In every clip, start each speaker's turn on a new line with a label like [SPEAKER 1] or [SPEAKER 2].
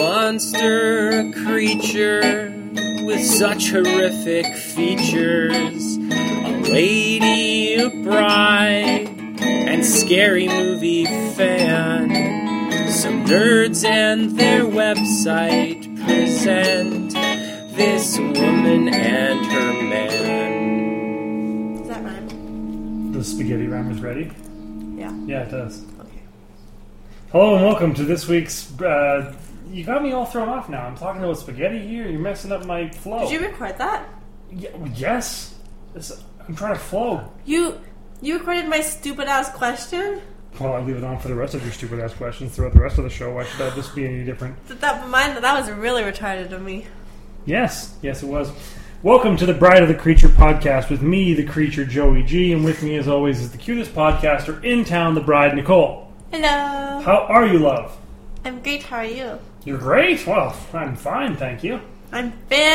[SPEAKER 1] monster, a creature with such horrific features. A lady, a bride, and scary movie fan. Some nerds and their website present this woman and her man.
[SPEAKER 2] Does that rhyme?
[SPEAKER 3] The spaghetti rhyme is ready.
[SPEAKER 2] Yeah.
[SPEAKER 3] Yeah, it does.
[SPEAKER 2] Okay.
[SPEAKER 3] Hello and welcome to this week's. Uh, you got me all thrown off now. I'm talking about spaghetti here. You're messing up my flow.
[SPEAKER 2] Did you record that?
[SPEAKER 3] Ye- yes. This- I'm trying to flow.
[SPEAKER 2] You you recorded my stupid ass question?
[SPEAKER 3] Well, I leave it on for the rest of your stupid ass questions throughout the rest of the show. Why should that just be any different?
[SPEAKER 2] That, that mine that was really retarded of me.
[SPEAKER 3] Yes, yes, it was. Welcome to the Bride of the Creature podcast with me, the creature Joey G, and with me, as always, is the cutest podcaster in town, the bride Nicole.
[SPEAKER 2] Hello.
[SPEAKER 3] How are you, love?
[SPEAKER 2] I'm great. How are you?
[SPEAKER 3] You're great. Well, I'm fine, thank you.
[SPEAKER 2] I'm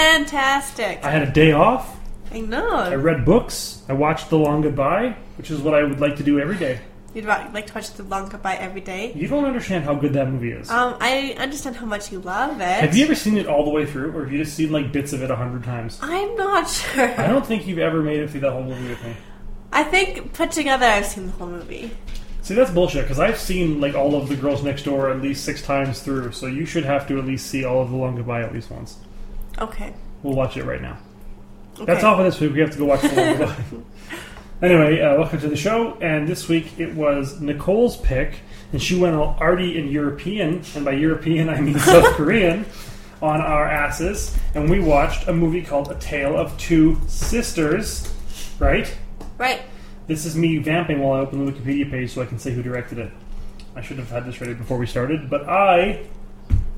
[SPEAKER 2] fantastic.
[SPEAKER 3] I had a day off.
[SPEAKER 2] I
[SPEAKER 3] I
[SPEAKER 2] know.
[SPEAKER 3] read books. I watched The Long Goodbye, which is what I would like to do every day.
[SPEAKER 2] You'd wa- like to watch The Long Goodbye every day.
[SPEAKER 3] You don't understand how good that movie is.
[SPEAKER 2] Um, I understand how much you love it.
[SPEAKER 3] have you ever seen it all the way through, or have you just seen like bits of it a hundred times?
[SPEAKER 2] I'm not
[SPEAKER 3] I
[SPEAKER 2] sure.
[SPEAKER 3] don't think you've ever made it through that whole movie with me.
[SPEAKER 2] I think put together, I've seen the whole movie.
[SPEAKER 3] See, that's bullshit because I've seen like all of the girls next door at least six times through. So you should have to at least see all of the Long Goodbye at least once.
[SPEAKER 2] Okay.
[SPEAKER 3] We'll watch it right now.
[SPEAKER 2] okay.
[SPEAKER 3] That's all for this week. We have to go watch the Long Goodbye. anyway, uh, welcome to the show. And this week it was Nicole's pick, and she went all arty and European, and by European I mean South Korean, on our asses. And we watched a movie called A Tale of Two Sisters. Right?
[SPEAKER 2] Right.
[SPEAKER 3] This is me vamping while I open the Wikipedia page so I can say who directed it. I should have had this ready before we started, but I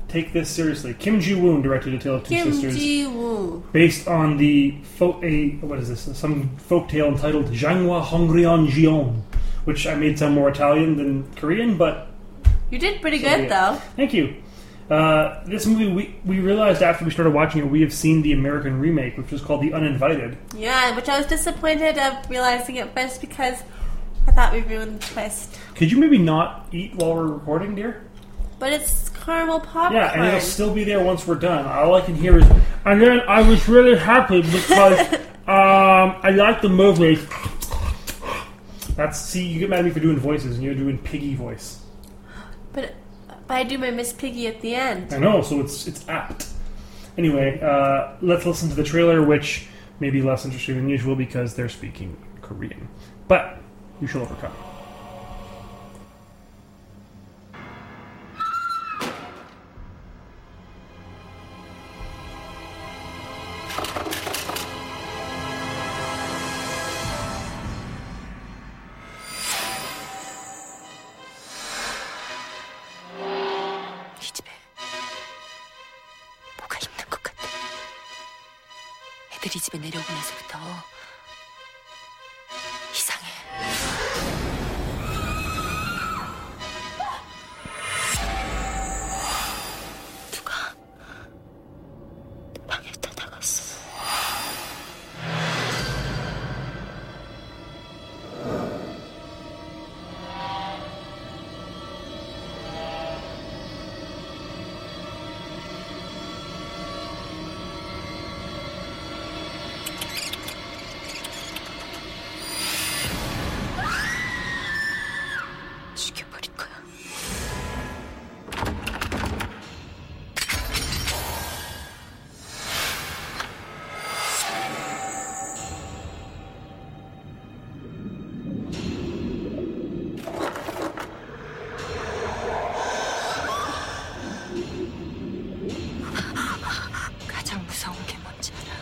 [SPEAKER 3] take this seriously. Kim Ji Woon directed A Tale of Two
[SPEAKER 2] Kim
[SPEAKER 3] Sisters,
[SPEAKER 2] Ji Woo.
[SPEAKER 3] based on the folk a what is this? Some folk tale entitled Janghua Hongryon Jeon, which I made sound more Italian than Korean, but
[SPEAKER 2] You did pretty
[SPEAKER 3] So
[SPEAKER 2] good
[SPEAKER 3] be it.
[SPEAKER 2] though.
[SPEAKER 3] Thank you. Uh, this movie, we, we realized after we started watching it, we have seen the American remake, which was called The Uninvited.
[SPEAKER 2] Yeah, which I was disappointed of realizing it first because I thought we ruined the twist.
[SPEAKER 3] Could you maybe not eat while we're recording, dear?
[SPEAKER 2] But it's caramel popcorn.
[SPEAKER 3] Yeah, and it'll still be there once we're done. All I can hear is, and then I was really happy because um, I like the movie. That's see, you get mad at me for doing voices, and you're doing piggy voice.
[SPEAKER 2] but, but I do my Miss Piggy at the end.
[SPEAKER 3] I know, so it's it's apt. Anyway, uh, let's listen to the trailer, which may be less interesting than usual because they're speaking Korean, but you shall overcome.
[SPEAKER 4] 이 집에 뭐가 있는 것 같아. 애들이 집에 내려오고 나서부터 이상해. 누가 방에 다 나갔어. 죽여버릴 거야. 가장 무서운 게 뭔지 알아?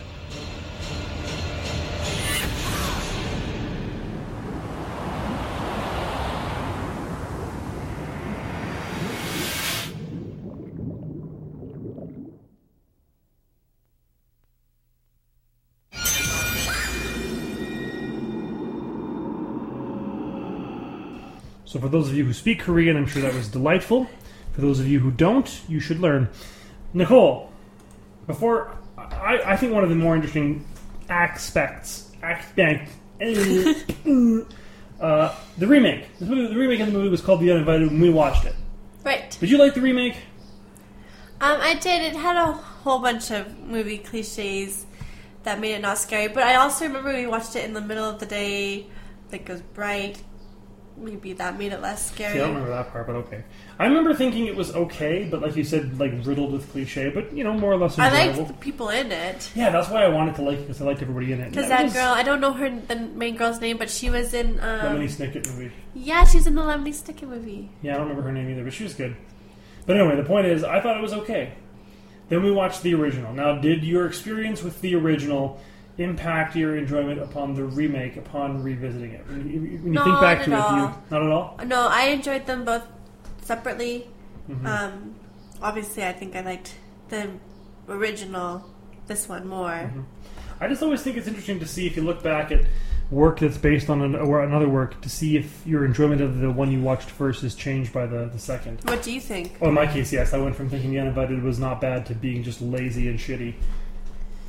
[SPEAKER 3] So, for those of you who speak Korean, I'm sure that was delightful. For those of you who don't, you should learn. Nicole, before I, I think one of the more interesting aspects, aspect, uh, the remake. This movie, the remake of the movie was called The Uninvited when we watched it.
[SPEAKER 2] Right.
[SPEAKER 3] Did you like the remake?
[SPEAKER 2] Um, I did. It had a whole bunch of movie cliches that made it not scary. But I also remember we watched it in the middle of the day. Like it was bright. Maybe that made it less
[SPEAKER 3] See,
[SPEAKER 2] scary.
[SPEAKER 3] I don't remember that part, but okay. I remember thinking it was okay, but like you said, like riddled with cliche, but you know, more or less
[SPEAKER 2] I
[SPEAKER 3] enjoyable.
[SPEAKER 2] liked the people in it.
[SPEAKER 3] Yeah, that's why I wanted to like it because I liked everybody in it.
[SPEAKER 2] Because
[SPEAKER 3] And
[SPEAKER 2] that
[SPEAKER 3] was
[SPEAKER 2] girl, I don't know her the main girl's name, but she was in. Um,
[SPEAKER 3] Lemony Snicket movie.
[SPEAKER 2] yeah, she's in the Lemony Snicket movie.
[SPEAKER 3] Yeah, I don't remember her name either, but she was good. But anyway, the point is, I thought it was okay. Then we watched the original. Now, did your experience with the original impact your enjoyment upon the remake, upon revisiting it? When you, when you think
[SPEAKER 2] Not
[SPEAKER 3] back
[SPEAKER 2] at
[SPEAKER 3] to it, do you,
[SPEAKER 2] all.
[SPEAKER 3] not at all.
[SPEAKER 2] No, I enjoyed them both separately.
[SPEAKER 3] Mm-hmm.
[SPEAKER 2] Um, obviously, I think I liked the original, this one more.
[SPEAKER 3] Mm-hmm. I just always think it's interesting to see if you look back at work that's based on an, or another work to see if your enjoyment of the one you watched first is changed by the, the second.
[SPEAKER 2] What do you think?
[SPEAKER 3] Well, in my case, yes, I went from thinking the uninvited was not bad to being just lazy and shitty.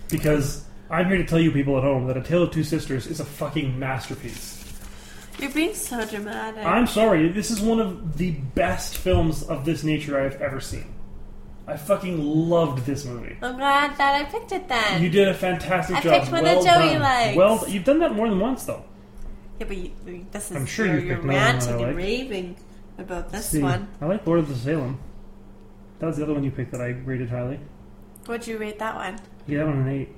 [SPEAKER 3] Because I'm here to tell you people at home that A Tale of Two Sisters is a fucking masterpiece.
[SPEAKER 2] You're being so dramatic.
[SPEAKER 3] I'm sorry, this is one of the best films of this nature I've ever seen. I fucking loved this movie.
[SPEAKER 2] I'm glad that I picked it then.
[SPEAKER 3] You did a fantastic
[SPEAKER 2] I
[SPEAKER 3] job.
[SPEAKER 2] picked one that
[SPEAKER 3] well
[SPEAKER 2] Joey
[SPEAKER 3] done.
[SPEAKER 2] likes.
[SPEAKER 3] Well, you've done that more than once, though.
[SPEAKER 2] yeah, but you, this is
[SPEAKER 3] I'm sure
[SPEAKER 2] you're,
[SPEAKER 3] you
[SPEAKER 2] you're
[SPEAKER 3] picked another
[SPEAKER 2] ranting and
[SPEAKER 3] one I like.
[SPEAKER 2] raving about this
[SPEAKER 3] See,
[SPEAKER 2] one.
[SPEAKER 3] I like Lord of the Salem. That was the other one you picked that I rated highly.
[SPEAKER 2] What'd you rate that one?
[SPEAKER 3] Yeah, that one an eight.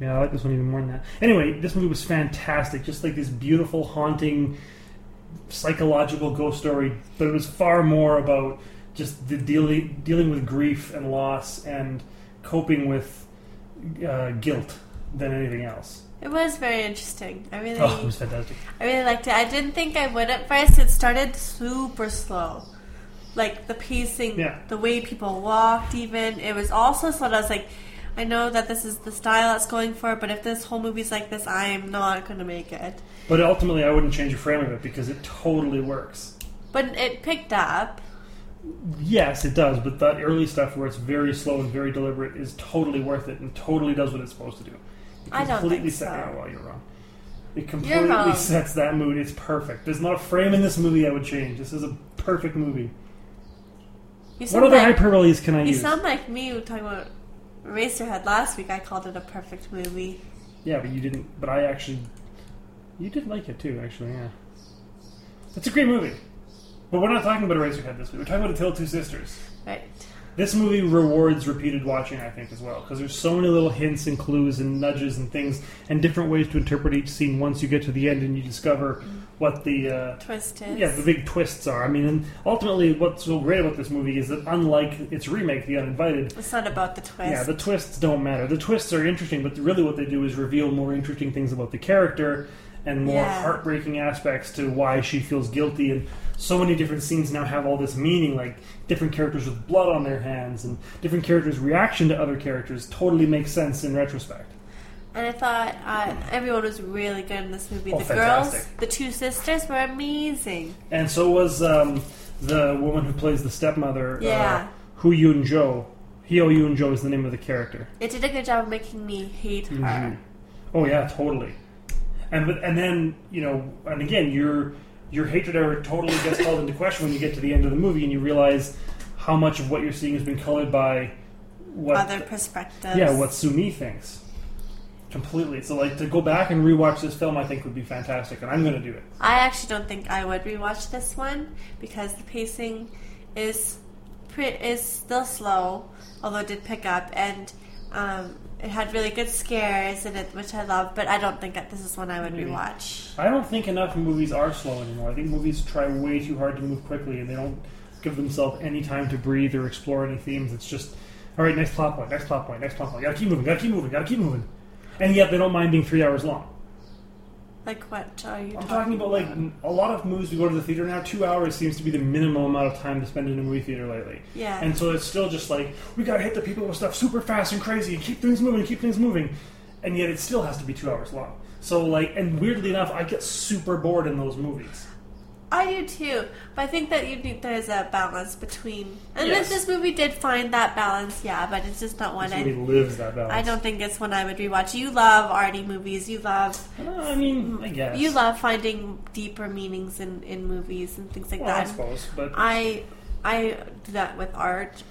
[SPEAKER 3] Yeah, I like this one even more than that. Anyway, this movie was fantastic. Just like this beautiful, haunting, psychological ghost story, but it was far more about just the dealing dealing with grief and loss and coping with uh, guilt than anything else.
[SPEAKER 2] It was very interesting. I really,
[SPEAKER 3] Oh, it was fantastic.
[SPEAKER 2] I really liked it. I didn't think I would at first. It started super slow. Like the pacing,
[SPEAKER 3] Yeah.
[SPEAKER 2] the way people walked, even. It was also slow. And I was like, I know that this is the style it's going for, but if this whole movie's like this, I am not going to make it.
[SPEAKER 3] But ultimately, I wouldn't change a frame of it because it totally works.
[SPEAKER 2] But it picked up.
[SPEAKER 3] Yes, it does, but that early stuff where it's very slow and very deliberate is totally worth it and totally does what it's supposed to do. It
[SPEAKER 2] I don't
[SPEAKER 3] completely
[SPEAKER 2] think
[SPEAKER 3] set-
[SPEAKER 2] so.
[SPEAKER 3] yeah, well, you're wrong. It completely
[SPEAKER 2] wrong.
[SPEAKER 3] sets that mood. It's perfect. There's not a frame in this movie I would change. This is a perfect movie.
[SPEAKER 2] You
[SPEAKER 3] What
[SPEAKER 2] sound,
[SPEAKER 3] other
[SPEAKER 2] like,
[SPEAKER 3] hyperboles can I
[SPEAKER 2] you
[SPEAKER 3] use?
[SPEAKER 2] sound like me talking about Eraserhead last week. I called it a perfect movie.
[SPEAKER 3] Yeah, but you didn't. But I actually, you did like it too. Actually, yeah, it's a great movie. But we're not talking about Eraserhead this week. We're talking about A Tale of Two Sisters.
[SPEAKER 2] Right.
[SPEAKER 3] This movie rewards repeated watching, I think, as well, because there's so many little hints and clues and nudges and things and different ways to interpret each scene once you get to the end and you discover what the uh,
[SPEAKER 2] Twisted.
[SPEAKER 3] yeah the big twists are. I mean, and ultimately, what's so great about this movie is that unlike its remake, The Uninvited,
[SPEAKER 2] It's not about the twist.
[SPEAKER 3] yeah, the twists don't matter. The twists are interesting, but really what they do is reveal more interesting things about the character and more
[SPEAKER 2] Yeah.
[SPEAKER 3] heartbreaking aspects to why she feels guilty. And so many different scenes now have all this meaning, like different characters with blood on their hands and different characters' reaction to other characters totally makes sense in retrospect.
[SPEAKER 2] And I thought uh, everyone was really good in this movie.
[SPEAKER 3] Oh,
[SPEAKER 2] the girls,
[SPEAKER 3] fantastic. Uh-huh.
[SPEAKER 2] the two sisters, were amazing.
[SPEAKER 3] And so was um, the woman who plays the stepmother,
[SPEAKER 2] Yeah.
[SPEAKER 3] uh, Hu Yun Jo. Hyo Yun Jo is the name of the character.
[SPEAKER 2] It did a good job of making me hate
[SPEAKER 3] Mm-hmm.
[SPEAKER 2] her.
[SPEAKER 3] Oh yeah, totally. And but and then you know, and again, your your hatred of her totally gets called into question when you get to the end of the movie and you realize how much of what you're seeing has been colored by what
[SPEAKER 2] Other perspectives.
[SPEAKER 3] yeah what Sumi thinks completely. So like to go back and rewatch this film, I think would be fantastic, and I'm going to do it.
[SPEAKER 2] I actually don't think I would rewatch this one because the pacing is pre- is still slow, although it did pick up and um, it had really good scares in it, which I love. But I don't think that this is one I would
[SPEAKER 3] Maybe.
[SPEAKER 2] rewatch.
[SPEAKER 3] I don't think enough movies are slow anymore. I think movies try way too hard to move quickly, and they don't give themselves any time to breathe or explore any themes. It's just, all right, next plot point, next plot point, next plot point. Gotta keep moving, gotta keep moving, gotta keep moving. And yet they don't mind being three hours long.
[SPEAKER 2] Like what are you
[SPEAKER 3] I'm talking about like a lot of movies we go to the theater now. Two hours seems to be the minimum amount of time to spend in a movie theater lately.
[SPEAKER 2] Yeah.
[SPEAKER 3] And so it's still just like we gotta hit the people with stuff super fast and crazy and keep things moving, keep things moving, and yet it still has to be two hours long. So like, and weirdly enough, I get super bored in those movies.
[SPEAKER 2] I do too, but I think that you need, there's a balance between. And
[SPEAKER 3] Yes.
[SPEAKER 2] this this movie did find that balance, yeah, but it's just not one
[SPEAKER 3] This movie
[SPEAKER 2] I.
[SPEAKER 3] lives that balance.
[SPEAKER 2] I don't think it's one I would rewatch. You love arty movies. You love
[SPEAKER 3] Uh, I mean, I guess
[SPEAKER 2] Mm, you love finding deeper meanings in, in movies and things like
[SPEAKER 3] Well, I
[SPEAKER 2] that.
[SPEAKER 3] suppose, but
[SPEAKER 2] I I do that with art.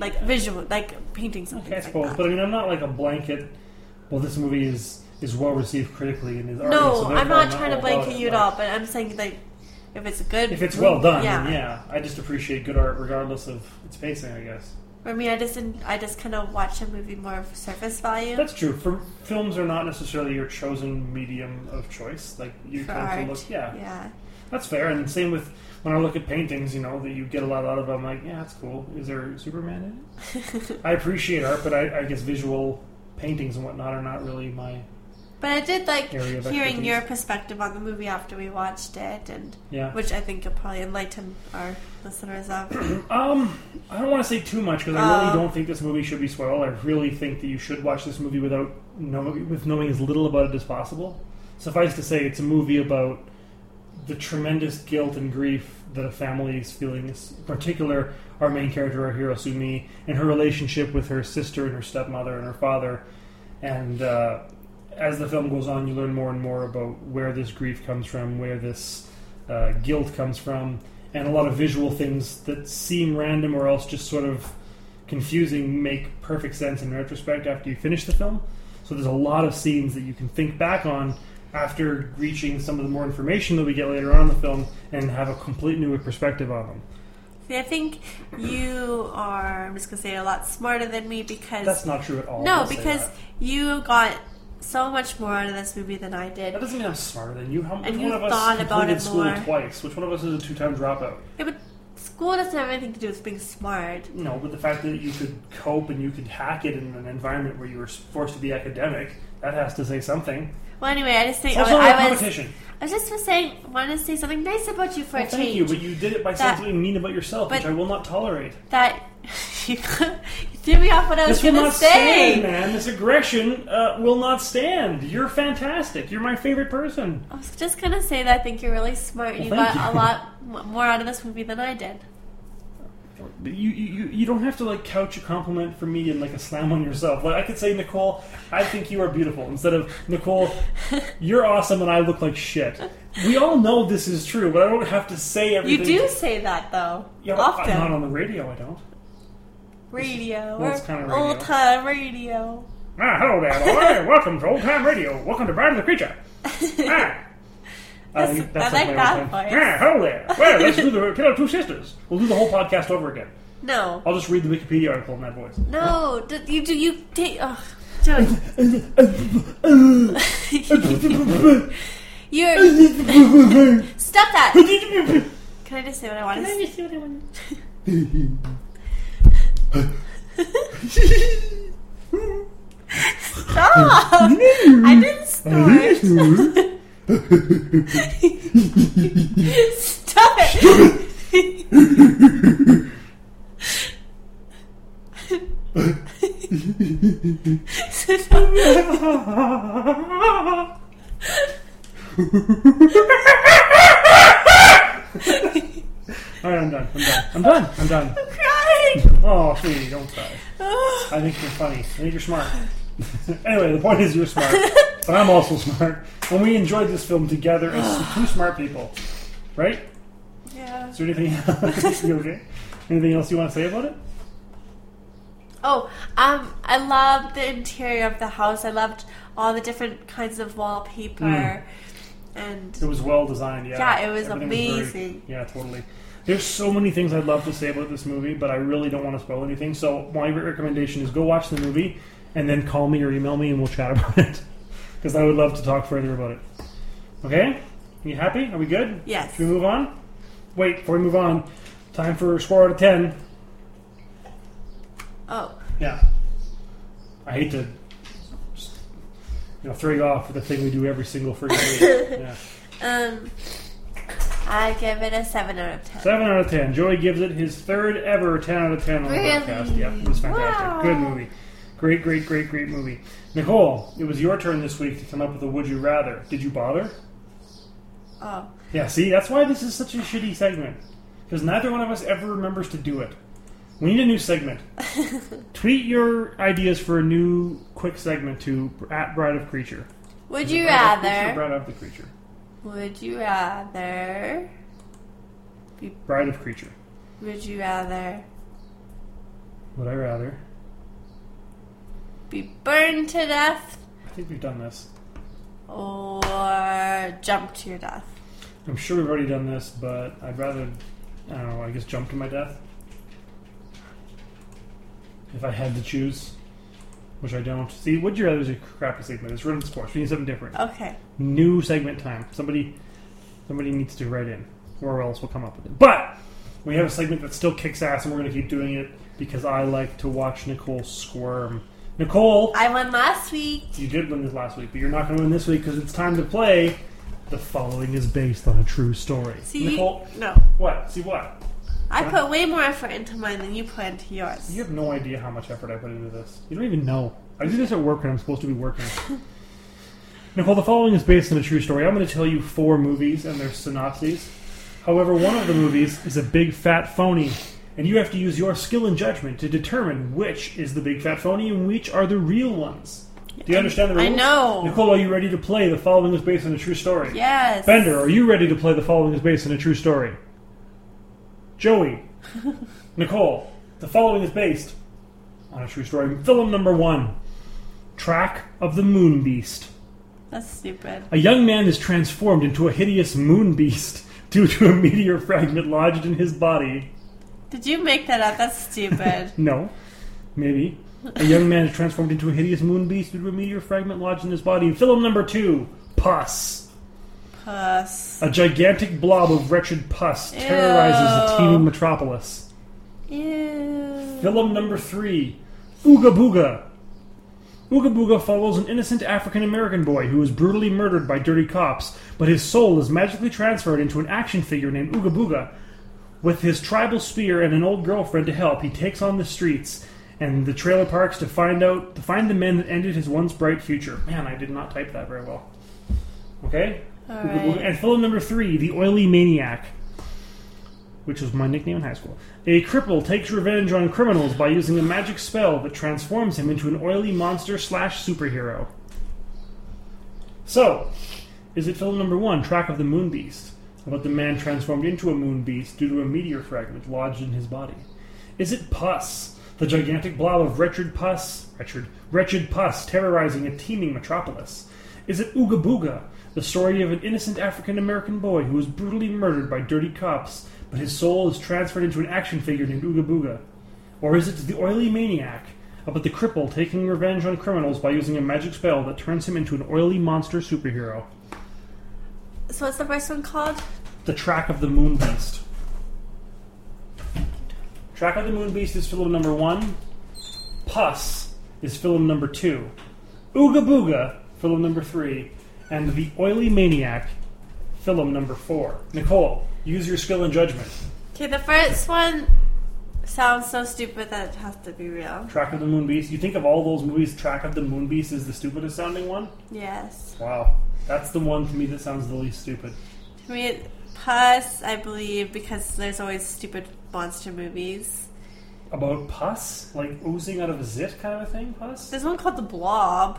[SPEAKER 2] like visual, like painting something.
[SPEAKER 3] I
[SPEAKER 2] like
[SPEAKER 3] suppose,
[SPEAKER 2] that.
[SPEAKER 3] but I mean, I'm not like a blanket. Well, this movie is is well received critically and is already,
[SPEAKER 2] no,
[SPEAKER 3] so
[SPEAKER 2] I'm
[SPEAKER 3] therefore
[SPEAKER 2] not trying to
[SPEAKER 3] all about
[SPEAKER 2] blanket
[SPEAKER 3] it.
[SPEAKER 2] you at
[SPEAKER 3] Like,
[SPEAKER 2] all. But I'm saying like if it's a good,
[SPEAKER 3] If it's well done,
[SPEAKER 2] yeah.
[SPEAKER 3] then yeah, I just appreciate good art regardless of its pacing. I guess
[SPEAKER 2] For me, I just didn't- I just kind of watch a movie more of surface value.
[SPEAKER 3] that's true. For films are not necessarily your chosen medium of choice. Like you
[SPEAKER 2] for
[SPEAKER 3] tend
[SPEAKER 2] art.
[SPEAKER 3] to look, yeah,
[SPEAKER 2] yeah.
[SPEAKER 3] that's fair. And same with when I look at paintings, you know, that you get a lot out of. I'm like, yeah, that's cool. Is there Superman in it? I appreciate art, but I, I guess visual paintings and whatnot are not really my
[SPEAKER 2] But I did like
[SPEAKER 3] Area of
[SPEAKER 2] hearing
[SPEAKER 3] expertise.
[SPEAKER 2] your perspective on the movie after we watched it, and
[SPEAKER 3] yeah.
[SPEAKER 2] which I think you'll probably enlighten our listeners of.
[SPEAKER 3] Um, I don't want to say too much because I
[SPEAKER 2] Uh.
[SPEAKER 3] really don't think this movie should be spoiled. I really think that you should watch this movie without know, with knowing as little about it as possible. Suffice to say, it's a movie about the tremendous guilt and grief that a family is feeling. In particular, our main character, our hero Sumi, and her relationship with her sister and her stepmother and her father. And uh, as the film goes on, you learn more and more about where this grief comes from, where this uh, guilt comes from, and a lot of visual things that seem random or else just sort of confusing make perfect sense in retrospect after you finish the film. So there's a lot of scenes that you can think back on after reaching some of the more information that we get later on in the film and have a complete new perspective on them.
[SPEAKER 2] See, I think you are. I'm just gonna say a lot smarter than me because
[SPEAKER 3] That's not true at all.
[SPEAKER 2] no,
[SPEAKER 3] I'll say
[SPEAKER 2] because
[SPEAKER 3] that.
[SPEAKER 2] you got so much more out of this movie than I did.
[SPEAKER 3] That doesn't mean I'm smarter than you. How,
[SPEAKER 2] And
[SPEAKER 3] which
[SPEAKER 2] you
[SPEAKER 3] one of us
[SPEAKER 2] thought about
[SPEAKER 3] completed
[SPEAKER 2] it
[SPEAKER 3] school
[SPEAKER 2] more.
[SPEAKER 3] twice? Which one of us is a two-time dropout?
[SPEAKER 2] Yeah, but school doesn't have anything to do with being smart.
[SPEAKER 3] No, but the fact that you could cope and you could hack it in an environment where you were forced to be academic, that has to say something.
[SPEAKER 2] Well, anyway, I just think
[SPEAKER 3] It's also not a
[SPEAKER 2] I was.
[SPEAKER 3] competition.
[SPEAKER 2] I was just for saying, want to say something nice about you for
[SPEAKER 3] Well,
[SPEAKER 2] a
[SPEAKER 3] thank
[SPEAKER 2] change.
[SPEAKER 3] you, but you did it by
[SPEAKER 2] That-
[SPEAKER 3] saying something mean about yourself, which
[SPEAKER 2] but-
[SPEAKER 3] I will not tolerate.
[SPEAKER 2] that you threw me off what I was
[SPEAKER 3] This will
[SPEAKER 2] gonna
[SPEAKER 3] not
[SPEAKER 2] say.
[SPEAKER 3] stand, man. This aggression uh, will not stand. You're fantastic. You're my favorite person.
[SPEAKER 2] I was just gonna say that I think you're really smart. and you
[SPEAKER 3] Well, thank
[SPEAKER 2] got a
[SPEAKER 3] you.
[SPEAKER 2] lot m- more out of this movie than I did.
[SPEAKER 3] You, you, you- you don't have to like couch a compliment for me in like a slam on yourself. Like I could say, Nicole, I think you are beautiful, instead of Nicole, you're awesome and I look like shit. We all know this is true, but I don't have to say everything.
[SPEAKER 2] You do say that though,
[SPEAKER 3] Yeah, but
[SPEAKER 2] often.
[SPEAKER 3] I'm not on the radio. I don't.
[SPEAKER 2] radio,
[SPEAKER 3] Well, it's
[SPEAKER 2] or
[SPEAKER 3] kinda radio.
[SPEAKER 2] old time radio.
[SPEAKER 3] Ah, hello there. boy. Welcome to Old Time Radio. Welcome to Bride of the Creature. Ah. I think
[SPEAKER 2] That's- I like
[SPEAKER 3] my
[SPEAKER 2] that
[SPEAKER 3] old time.
[SPEAKER 2] voice.
[SPEAKER 3] Ah, hello there. Well, let's do the Pillow Two Sisters. We'll do the whole podcast over again.
[SPEAKER 2] No,
[SPEAKER 3] I'll just read the Wikipedia article in that voice.
[SPEAKER 2] no, d- you do. You take. Oh, Joey. you're stop that. Can I just say what I want to say? Stop! I didn't snort. Stop it!
[SPEAKER 3] All right, I'm done. I'm done. I'm done. I'm done.
[SPEAKER 2] I'm crying.
[SPEAKER 3] Oh, sweetie, don't cry.
[SPEAKER 2] Oh,
[SPEAKER 3] I think you're funny. I think you're smart. anyway, the point is you're smart, but I'm also smart, and we enjoyed this film together as two smart people, right?
[SPEAKER 2] yeah.
[SPEAKER 3] Is there anything else? you okay? Anything else you want to say about it?
[SPEAKER 2] Oh, um, I loved the interior of the house. I loved all the different kinds of wallpaper, and
[SPEAKER 3] It was well designed. Yeah.
[SPEAKER 2] Yeah, it was
[SPEAKER 3] Everything very-
[SPEAKER 2] amazing.
[SPEAKER 3] yeah, totally. There's so many things I'd love to say about this movie, but I really don't want to spoil anything. So my re- recommendation is go watch the movie and then call me or email me and we'll chat about it because I would love to talk further about it. Okay? You happy? Are we good?
[SPEAKER 2] yes,
[SPEAKER 3] Should we move on? Wait, before we move on, time for score out of ten.
[SPEAKER 2] oh,
[SPEAKER 3] Yeah. I hate to just, you know throw you off with the thing we do every single freaking week. Yeah.
[SPEAKER 2] um, I give it a seven out of ten.
[SPEAKER 3] Seven out of ten. Joey gives it his third ever ten out of ten on the
[SPEAKER 2] Really?
[SPEAKER 3] podcast. Yeah, it was fantastic.
[SPEAKER 2] Wow.
[SPEAKER 3] Good movie. Great, great, great, great movie. Nicole, it was your turn this week to come up with a would you rather. Did you bother?
[SPEAKER 2] Oh,
[SPEAKER 3] Yeah, see, that's why this is such a shitty segment. Because neither one of us ever remembers to do it. We need a new segment. Tweet your ideas for a new quick segment to at Bride of Creature.
[SPEAKER 2] would
[SPEAKER 3] Is
[SPEAKER 2] you
[SPEAKER 3] it Bride of Creature or
[SPEAKER 2] rather?
[SPEAKER 3] Bride of the Creature.
[SPEAKER 2] Would you rather?
[SPEAKER 3] Bride of Creature.
[SPEAKER 2] Would you rather
[SPEAKER 3] Would I rather?
[SPEAKER 2] Be burned to death
[SPEAKER 3] I think we've done this.
[SPEAKER 2] or jump to your death?
[SPEAKER 3] I'm sure we've already done this, but I'd rather, I don't know, I guess jump to my death. If I had to choose, which I don't. See, would you rather is a crappy segment. It's random sports. We need something different.
[SPEAKER 2] Okay.
[SPEAKER 3] New segment time. Somebody, somebody needs to write in, or else we'll come up with it. But we have a segment that still kicks ass, and we're going to keep doing it because I like to watch Nicole squirm. Nicole,
[SPEAKER 2] I won last week.
[SPEAKER 3] you did win this last week, but you're not going to win this week because it's time to play. The following is based on a true story.
[SPEAKER 2] See,
[SPEAKER 3] Nicole,
[SPEAKER 2] no,
[SPEAKER 3] what? See what?
[SPEAKER 2] I put way more effort into mine than you put into yours.
[SPEAKER 3] You have no idea how much effort I put into this. You don't even know. I do this at work when I'm supposed to be working. Nicole, the following is based on a true story. I'm going to tell you four movies and their synopses. However, one of the movies is a big fat phony, and you have to use your skill and judgment to determine which is the big fat phony and which are the real ones. Do you understand the
[SPEAKER 2] I
[SPEAKER 3] rules?
[SPEAKER 2] know.
[SPEAKER 3] Nicole, are you ready to play? The following is based on a true story.
[SPEAKER 2] Yes.
[SPEAKER 3] Bender, are you ready to play the following is based on a true story? Joey, Nicole, the following is based on a true story. Film number one Track of the Moon Beast.
[SPEAKER 2] That's stupid.
[SPEAKER 3] A young man is transformed into a hideous moon beast due to a meteor fragment lodged in his body.
[SPEAKER 2] Did you make that up? That's stupid.
[SPEAKER 3] No, maybe. A young man is transformed into a hideous moon beast due to a meteor fragment lodged in his body. Film number two Pus.
[SPEAKER 2] Puss.
[SPEAKER 3] A gigantic blob of wretched pus terrorizes the
[SPEAKER 2] Ew.
[SPEAKER 3] teeming metropolis.
[SPEAKER 2] Ew.
[SPEAKER 3] Film number three Ooga Booga. Ooga Booga follows an innocent African American boy who is brutally murdered by dirty cops, but his soul is magically transferred into an action figure named Ooga Booga. With his tribal spear and an old girlfriend to help, he takes on the streets and the trailer parks to find out to find the men that ended his once bright future. Man, I did not type that very well. Okay?
[SPEAKER 2] All
[SPEAKER 3] Ooga Booga.
[SPEAKER 2] right.
[SPEAKER 3] And film number three, The Oily Maniac, which was my nickname in high school. A cripple takes revenge on criminals by using a magic spell that transforms him into an oily monster slash superhero. So, is it film number one, Track of the Moon Beast, about the man transformed into a moon beast due to a meteor fragment lodged in his body? Is it pus, the gigantic blob of wretched pus, wretched, wretched pus terrorizing a teeming metropolis? Is it Ooga Booga, the story of an innocent African American boy who was brutally murdered by dirty cops, but his soul is transferred into an action figure named Ooga Booga? Or is it the oily maniac about the cripple taking revenge on criminals by using a magic spell that turns him into an oily monster superhero?
[SPEAKER 2] So what's the first one called?
[SPEAKER 3] The Track of the Moon Beast. Track of the Moon Beast is film number one. Pus is film number two. Ooga Booga, film number three. And The Oily Maniac, film number four. Nicole, use your skill and judgment.
[SPEAKER 2] Okay, the first one sounds so stupid that it has to be real.
[SPEAKER 3] Track of the Moon Beast. You think of all those movies, Track of the Moon Beast is the stupidest sounding one?
[SPEAKER 2] Yes.
[SPEAKER 3] Wow. That's the one to me that sounds the least stupid.
[SPEAKER 2] To me, pus, I believe, because there's always stupid monster movies.
[SPEAKER 3] About pus? Like oozing out of a zit kind of a thing, pus?
[SPEAKER 2] There's one called The Blob.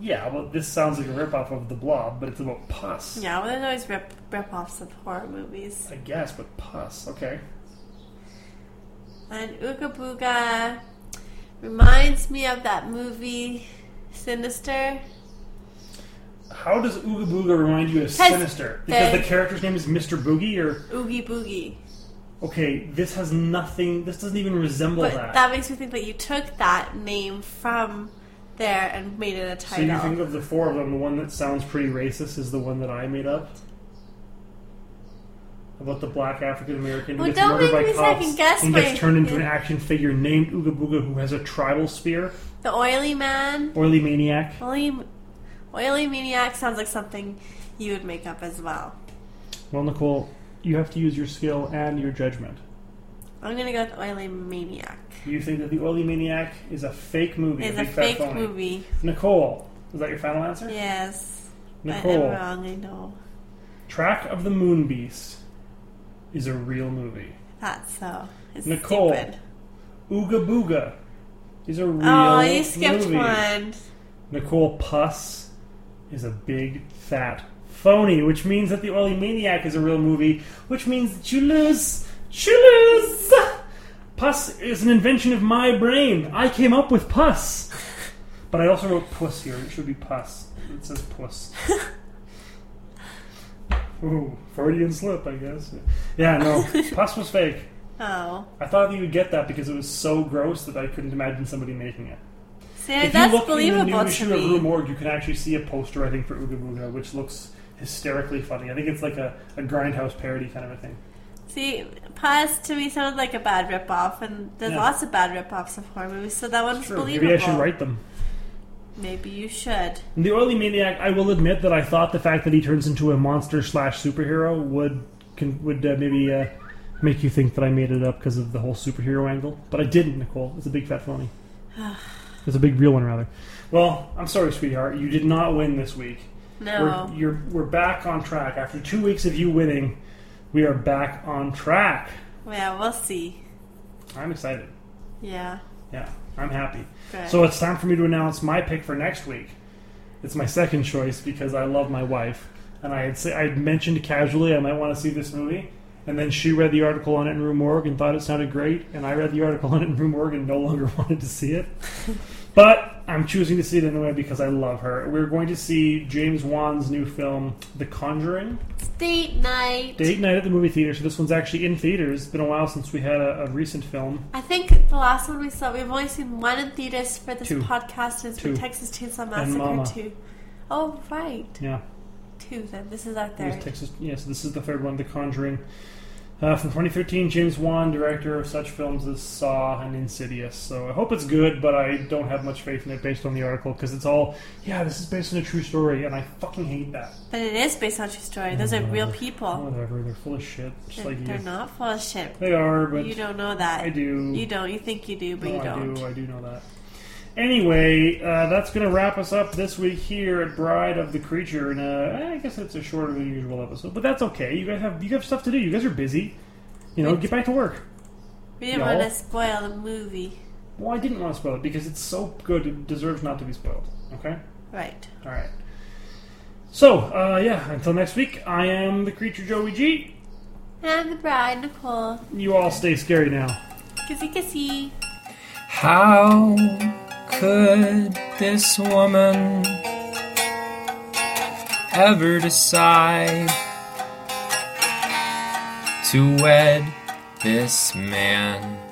[SPEAKER 3] Yeah, well, this sounds like a ripoff of The Blob, but it's about pus.
[SPEAKER 2] Yeah, well, there's always rip, rip-offs of horror movies.
[SPEAKER 3] I guess, but pus. Okay.
[SPEAKER 2] And Ooga Booga reminds me of that movie Sinister.
[SPEAKER 3] How does Ooga Booga remind you of
[SPEAKER 2] Has-
[SPEAKER 3] Sinister? Because
[SPEAKER 2] the-
[SPEAKER 3] the character's name is Mr. Boogie, or.
[SPEAKER 2] Oogie Boogie.
[SPEAKER 3] Okay, this has nothing. This doesn't even resemble
[SPEAKER 2] But
[SPEAKER 3] that.
[SPEAKER 2] that. makes me think that you took that name from there and made it a
[SPEAKER 3] So you
[SPEAKER 2] title.
[SPEAKER 3] think of the four of them, the one that sounds pretty racist is the one that I made up? About the black African American who
[SPEAKER 2] Well,
[SPEAKER 3] gets
[SPEAKER 2] don't make
[SPEAKER 3] murdered by
[SPEAKER 2] me
[SPEAKER 3] cops
[SPEAKER 2] second guess
[SPEAKER 3] and gets
[SPEAKER 2] my-
[SPEAKER 3] turned into an action figure named Ooga Booga who has a tribal spear.
[SPEAKER 2] the Oily Man.
[SPEAKER 3] Oily maniac.
[SPEAKER 2] Oily, oily Maniac sounds like something you would make up as well.
[SPEAKER 3] Well, Nicole, you have to use your skill and your judgment.
[SPEAKER 2] I'm gonna go with Oily Maniac.
[SPEAKER 3] Do you think that the Oily Maniac is a fake movie?
[SPEAKER 2] It's a
[SPEAKER 3] big fat
[SPEAKER 2] fake
[SPEAKER 3] phony?
[SPEAKER 2] movie.
[SPEAKER 3] Nicole, is that your final answer?
[SPEAKER 2] Yes.
[SPEAKER 3] Nicole,
[SPEAKER 2] I am wrong, I know.
[SPEAKER 3] Track of the Moon Beast is a real movie.
[SPEAKER 2] That's so. It's
[SPEAKER 3] Nicole,
[SPEAKER 2] stupid.
[SPEAKER 3] Ooga Booga is a real
[SPEAKER 2] Oh, you skipped
[SPEAKER 3] movie.
[SPEAKER 2] one.
[SPEAKER 3] Nicole Puss is a big fat phony, which means that the Oily Maniac is a real movie, which means that you lose. You lose. Pus is an invention of my brain. I came up with pus. But I also wrote puss here. It should be pus. It says puss. Ooh, Freudian slip, I guess. Yeah, no. Pus was fake.
[SPEAKER 2] Oh.
[SPEAKER 3] I thought you would get that because it was so gross that I couldn't imagine somebody making it.
[SPEAKER 2] See,
[SPEAKER 3] if you
[SPEAKER 2] that's
[SPEAKER 3] look in the
[SPEAKER 2] believable
[SPEAKER 3] new
[SPEAKER 2] to
[SPEAKER 3] issue of Rue
[SPEAKER 2] me.
[SPEAKER 3] Morgue, you can actually see a poster, I think, for Ooga Booga, which looks hysterically funny. I think it's like a, a grindhouse parody kind of a thing.
[SPEAKER 2] See, Pus to me sounded like a bad ripoff, and there's
[SPEAKER 3] Yeah.
[SPEAKER 2] lots of bad ripoffs of horror movies, so that one's
[SPEAKER 3] True.
[SPEAKER 2] believable.
[SPEAKER 3] Maybe I should write them.
[SPEAKER 2] Maybe you should.
[SPEAKER 3] In the Oily Maniac, I will admit that I thought the fact that he turns into a monster slash superhero would can, would uh, maybe uh, make you think that I made it up because of the whole superhero angle, but I didn't, Nicole. It's a big fat phony. it's a big real one, rather. Well, I'm sorry, sweetheart. You did not win this week.
[SPEAKER 2] No. Oh.
[SPEAKER 3] We're, you're, we're back on track. After two weeks of you winning, we are back on track.
[SPEAKER 2] Yeah, we'll see.
[SPEAKER 3] I'm excited.
[SPEAKER 2] Yeah.
[SPEAKER 3] Yeah, I'm happy.
[SPEAKER 2] Good.
[SPEAKER 3] So it's time for me to announce my pick for next week. It's my second choice because I love my wife, and I had say, I had mentioned casually I might want to see this movie, and then she read the article on it in Room Org and thought it sounded great, and I read the article on it in Room Org and no longer wanted to see it. But I'm choosing to see it anyway because I love her. We're going to see James Wan's new film, The Conjuring.
[SPEAKER 2] Date night.
[SPEAKER 3] Date night at the movie theater. So this one's actually in theaters. It's been a while since we had a, a recent film.
[SPEAKER 2] I think the last one we saw, we've only seen one in theaters for this
[SPEAKER 3] Two.
[SPEAKER 2] podcast, is
[SPEAKER 3] Two.
[SPEAKER 2] for Texas Chainsaw
[SPEAKER 3] Mama.
[SPEAKER 2] Massacre 2. Oh, right.
[SPEAKER 3] Yeah.
[SPEAKER 2] Two, then. This is our
[SPEAKER 3] It
[SPEAKER 2] third.
[SPEAKER 3] was Texas. Yeah, so this is the third one, The Conjuring. Uh, from 2013, James Wan, director of such films as Saw and Insidious. So I hope it's good, but I don't have much faith in it based on the article because it's all, yeah, this is based on a true story, and I fucking hate that.
[SPEAKER 2] But it is based on a true story. Those are real people.
[SPEAKER 3] Whatever, they're full of shit, just
[SPEAKER 2] They're,
[SPEAKER 3] like
[SPEAKER 2] they're
[SPEAKER 3] you.
[SPEAKER 2] not full of shit.
[SPEAKER 3] They are, but
[SPEAKER 2] You don't know that.
[SPEAKER 3] I do.
[SPEAKER 2] You don't. You think you do, but
[SPEAKER 3] No,
[SPEAKER 2] you don't.
[SPEAKER 3] I do. I do know that. Anyway, uh, that's going to wrap us up this week here at Bride of the Creature, and uh, I guess it's a shorter than usual episode, but that's okay. You guys have you have stuff to do. You guys are busy. You know, get back to work.
[SPEAKER 2] We didn't
[SPEAKER 3] No.
[SPEAKER 2] want to spoil the movie.
[SPEAKER 3] Well, I didn't want to spoil it because it's so good; it deserves not to be spoiled. Okay,
[SPEAKER 2] Right.
[SPEAKER 3] all right. So, uh, yeah, until next week, I am the creature Joey G.
[SPEAKER 2] And the bride, Nicole.
[SPEAKER 3] You all stay scary now.
[SPEAKER 2] Kissy kissy.
[SPEAKER 1] How could this woman ever decide to wed this man?